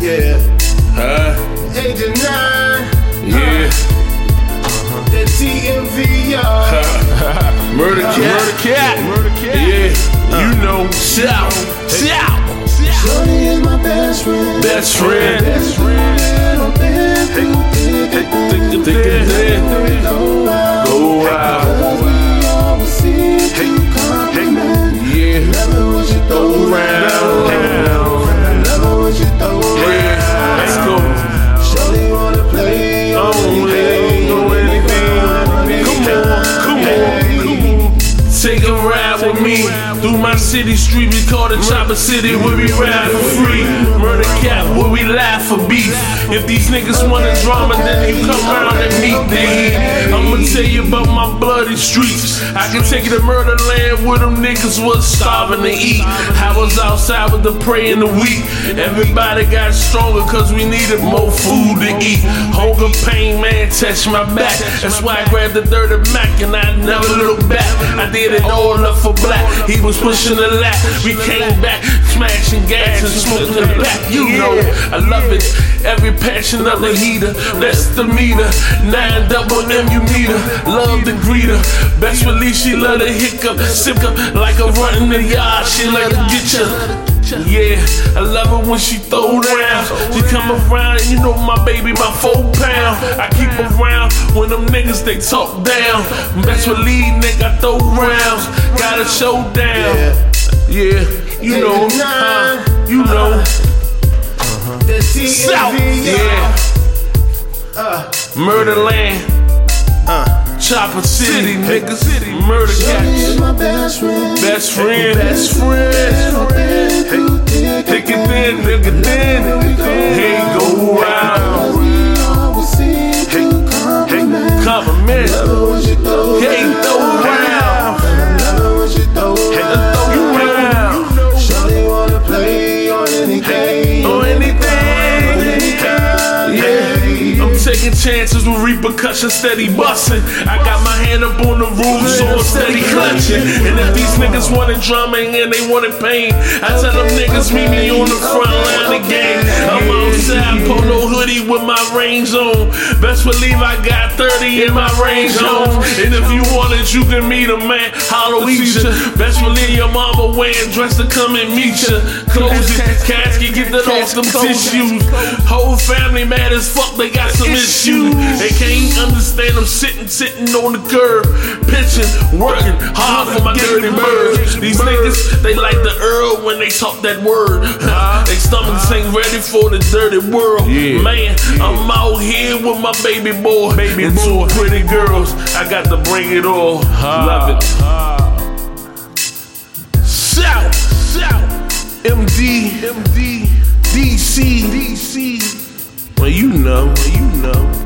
Yeah. Huh? 89. Yeah. That TMV, y'all. Murder cat. Uh. Murder cat. Murder cat. Yeah. You know. Shout. Shout. Shorty is my best friend. Best friend. Best friend. I've been through thick and Think of that. thin. Go out. Go out. Cause we always seem to compliment. Yeah. Never would you throw around. Never would you throw Yeah. around. Let's go. Shorty wanna play. Oh, anything, no, anything. anything. Come on, come on, come on. Take a ride with me through my city street. We call it Chopper City, where we ride for free. Murder cap, where we laugh for beef. If these niggas want a drama, then you come around and meet me. I'ma tell you about my bloody streets. I can take you to murder land where them niggas was starving to eat. I was outside with the prey in the wheat. Everybody got stronger cause we needed more food to eat. Hunger, pain, man, touch my back. That's why I grabbed the dirty Mac and I never looked back. I did it all up for black. He was pushing the lap. We came back, smashing gas and smoking the back. You know, I love it. Every passion of the heater. That's the meter. Nine double M, you meter. Love the greeter. Best release, she love the hiccup. Sick up like a run in the yard. She like to get ya. Yeah, I love it when she throw down. She come around, and you know my baby, my four pound. I keep around when them niggas they talk down. Best believe, nigga, I throw rounds. Got a showdown. Yeah, you know, huh, you know. The South. TMV, y'all. Yeah. Uh. Murderland. Chopper Uh. City, nigga. City. Murder Shorty cats. is my best friend. Best friend. Best friend. I've been through thick Thick and thin, nigga, thin. Hey, go out. Compliment. Hey, throw round. Throw round. Or anything. Yeah. I'm taking chances with repercussions, steady busting. I got my hand up on the roof, so I'm steady clutching. And if these niggas wanted drama and they wanted pain, I tell them niggas meet me on the front line again. I'm outside, polo hoodie with my range on. Best believe I got 30 in my range on. And if you want it, you can meet a man, hollow each ya. Best believe your mama wearing dress to come and meet ya. Close it, casket, get that off them tissues. Whole family mad as fuck, they got some issues. They can't understand I'm sitting, sitting on the curb, pitching, working hard for my dirty birds. These niggas, they like the Earl when they talk that word. they stomachs ain't ready for the dirty world. Man, I'm out here with my baby boy Uh-huh. and two pretty girls. I got to bring it all. Love it. Shout, shout, MD, MD, DC, DC. Well, you know, well, you know.